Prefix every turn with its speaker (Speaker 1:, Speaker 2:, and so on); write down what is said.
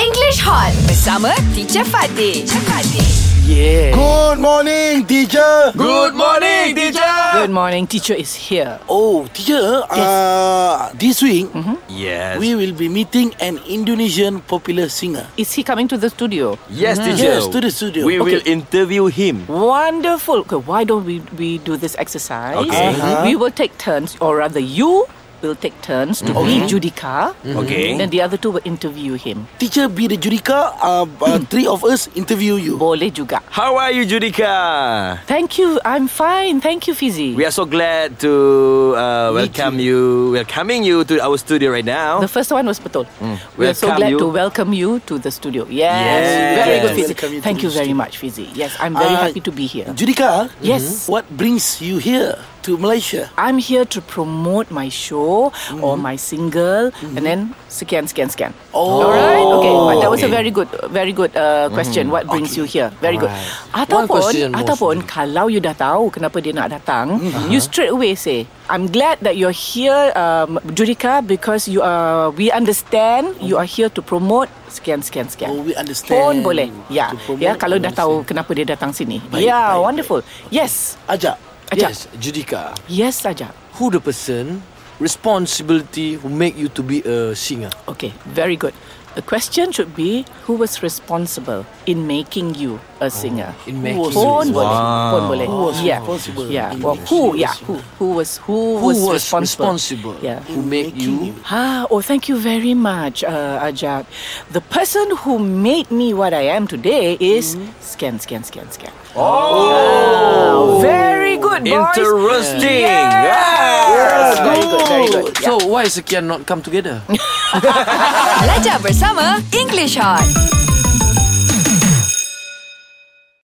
Speaker 1: English Hot bersama Teacher Fatih. Teacher Fatih.
Speaker 2: Yeah.
Speaker 3: Good morning, teacher.
Speaker 2: Good morning, teacher.
Speaker 4: Good morning, teacher is here.
Speaker 3: Oh, teacher. Uh, this week
Speaker 4: Mm-hmm.
Speaker 2: Yes.
Speaker 3: we will be meeting an Indonesian popular singer.
Speaker 4: Is he coming to the studio?
Speaker 2: yes, teacher.
Speaker 3: Yes, to the studio.
Speaker 2: We will interview him.
Speaker 4: Wonderful. Okay, why don't we, we do this exercise?
Speaker 2: Okay.
Speaker 3: Uh-huh.
Speaker 4: We will take turns, or rather, you will take turns to
Speaker 3: Mm-hmm.
Speaker 4: be Judica.
Speaker 2: Okay.
Speaker 4: Mm-hmm. Then the other two will interview him.
Speaker 3: Teacher be the judika. Uh, uh, three of us interview you.
Speaker 4: Boleh juga.
Speaker 2: How are you, Judica?
Speaker 4: Thank you. I'm fine. Thank you, Fizi.
Speaker 2: We are so glad to uh,
Speaker 3: Meet
Speaker 2: welcome you. welcoming you to our studio right
Speaker 3: Oh.
Speaker 2: now.
Speaker 4: The first one was betul.
Speaker 3: Mm.
Speaker 4: We are so
Speaker 2: Welcome
Speaker 4: glad
Speaker 2: you.
Speaker 4: to welcome you to the studio. Yes.
Speaker 2: Yes.
Speaker 4: Very good, Fizi.
Speaker 3: Welcome you to
Speaker 4: Thank
Speaker 3: the
Speaker 4: you very
Speaker 3: studio.
Speaker 4: much, Fizi. Yes, I'm very
Speaker 3: Uh,
Speaker 4: happy to be here.
Speaker 3: Judika.
Speaker 4: Yes.
Speaker 3: mm-hmm. What brings you here to Malaysia?
Speaker 4: I'm here to promote my show
Speaker 3: Mm-hmm.
Speaker 4: or my single, and then scan, scan, scan.
Speaker 3: Oh.
Speaker 4: All right. Okay. But that was a
Speaker 2: Okay.
Speaker 4: very good, very good uh,
Speaker 3: Mm-hmm.
Speaker 4: question. What brings you here? Very good.
Speaker 5: One
Speaker 4: Ataupun,
Speaker 5: question mostly.
Speaker 4: ataupun kalau you dah tahu kenapa dia nak datang,
Speaker 3: Mm-hmm.
Speaker 4: you straight away say, I'm glad that you're here, um, Judika, because you are. We understand you are here to promote scan, scan, scan.
Speaker 3: Oh, we
Speaker 4: Pun
Speaker 3: understand.
Speaker 4: boleh. Ya.
Speaker 3: To promote,
Speaker 4: Ya. Kalau dah tahu
Speaker 3: understand.
Speaker 4: kenapa dia datang sini.
Speaker 3: Baik,
Speaker 4: ya.
Speaker 3: baik, baik.
Speaker 4: Wonderful. Yes.
Speaker 3: Ajak.
Speaker 4: Ajak.
Speaker 5: Yes, Judika.
Speaker 4: Yes saja.
Speaker 5: Who the person responsibility who make you to be a singer?
Speaker 4: Okay, very good. The question should be who was responsible in making you a singer?
Speaker 5: in making
Speaker 4: who was
Speaker 5: you.
Speaker 4: Pon boleh.
Speaker 2: Wow.
Speaker 4: Pon boleh.
Speaker 3: Who was
Speaker 4: yeah.
Speaker 3: responsible
Speaker 4: Yeah.
Speaker 3: in
Speaker 4: Well, who?
Speaker 3: making you a
Speaker 4: Yeah. Who? Who was? Who,
Speaker 5: Who was
Speaker 4: responsible?
Speaker 5: responsible?
Speaker 4: Yeah.
Speaker 5: Who make you?
Speaker 4: Ah, oh, thank you very much, uh, Ajat. The person who made me what I am today is scan, scan, scan, scan. Oh, very good, boys.
Speaker 2: Interesting.
Speaker 4: Yeah.
Speaker 2: Yes.
Speaker 4: Very good, very good.
Speaker 5: So why is Sekian not come together?
Speaker 1: Belajar bersama English Hot.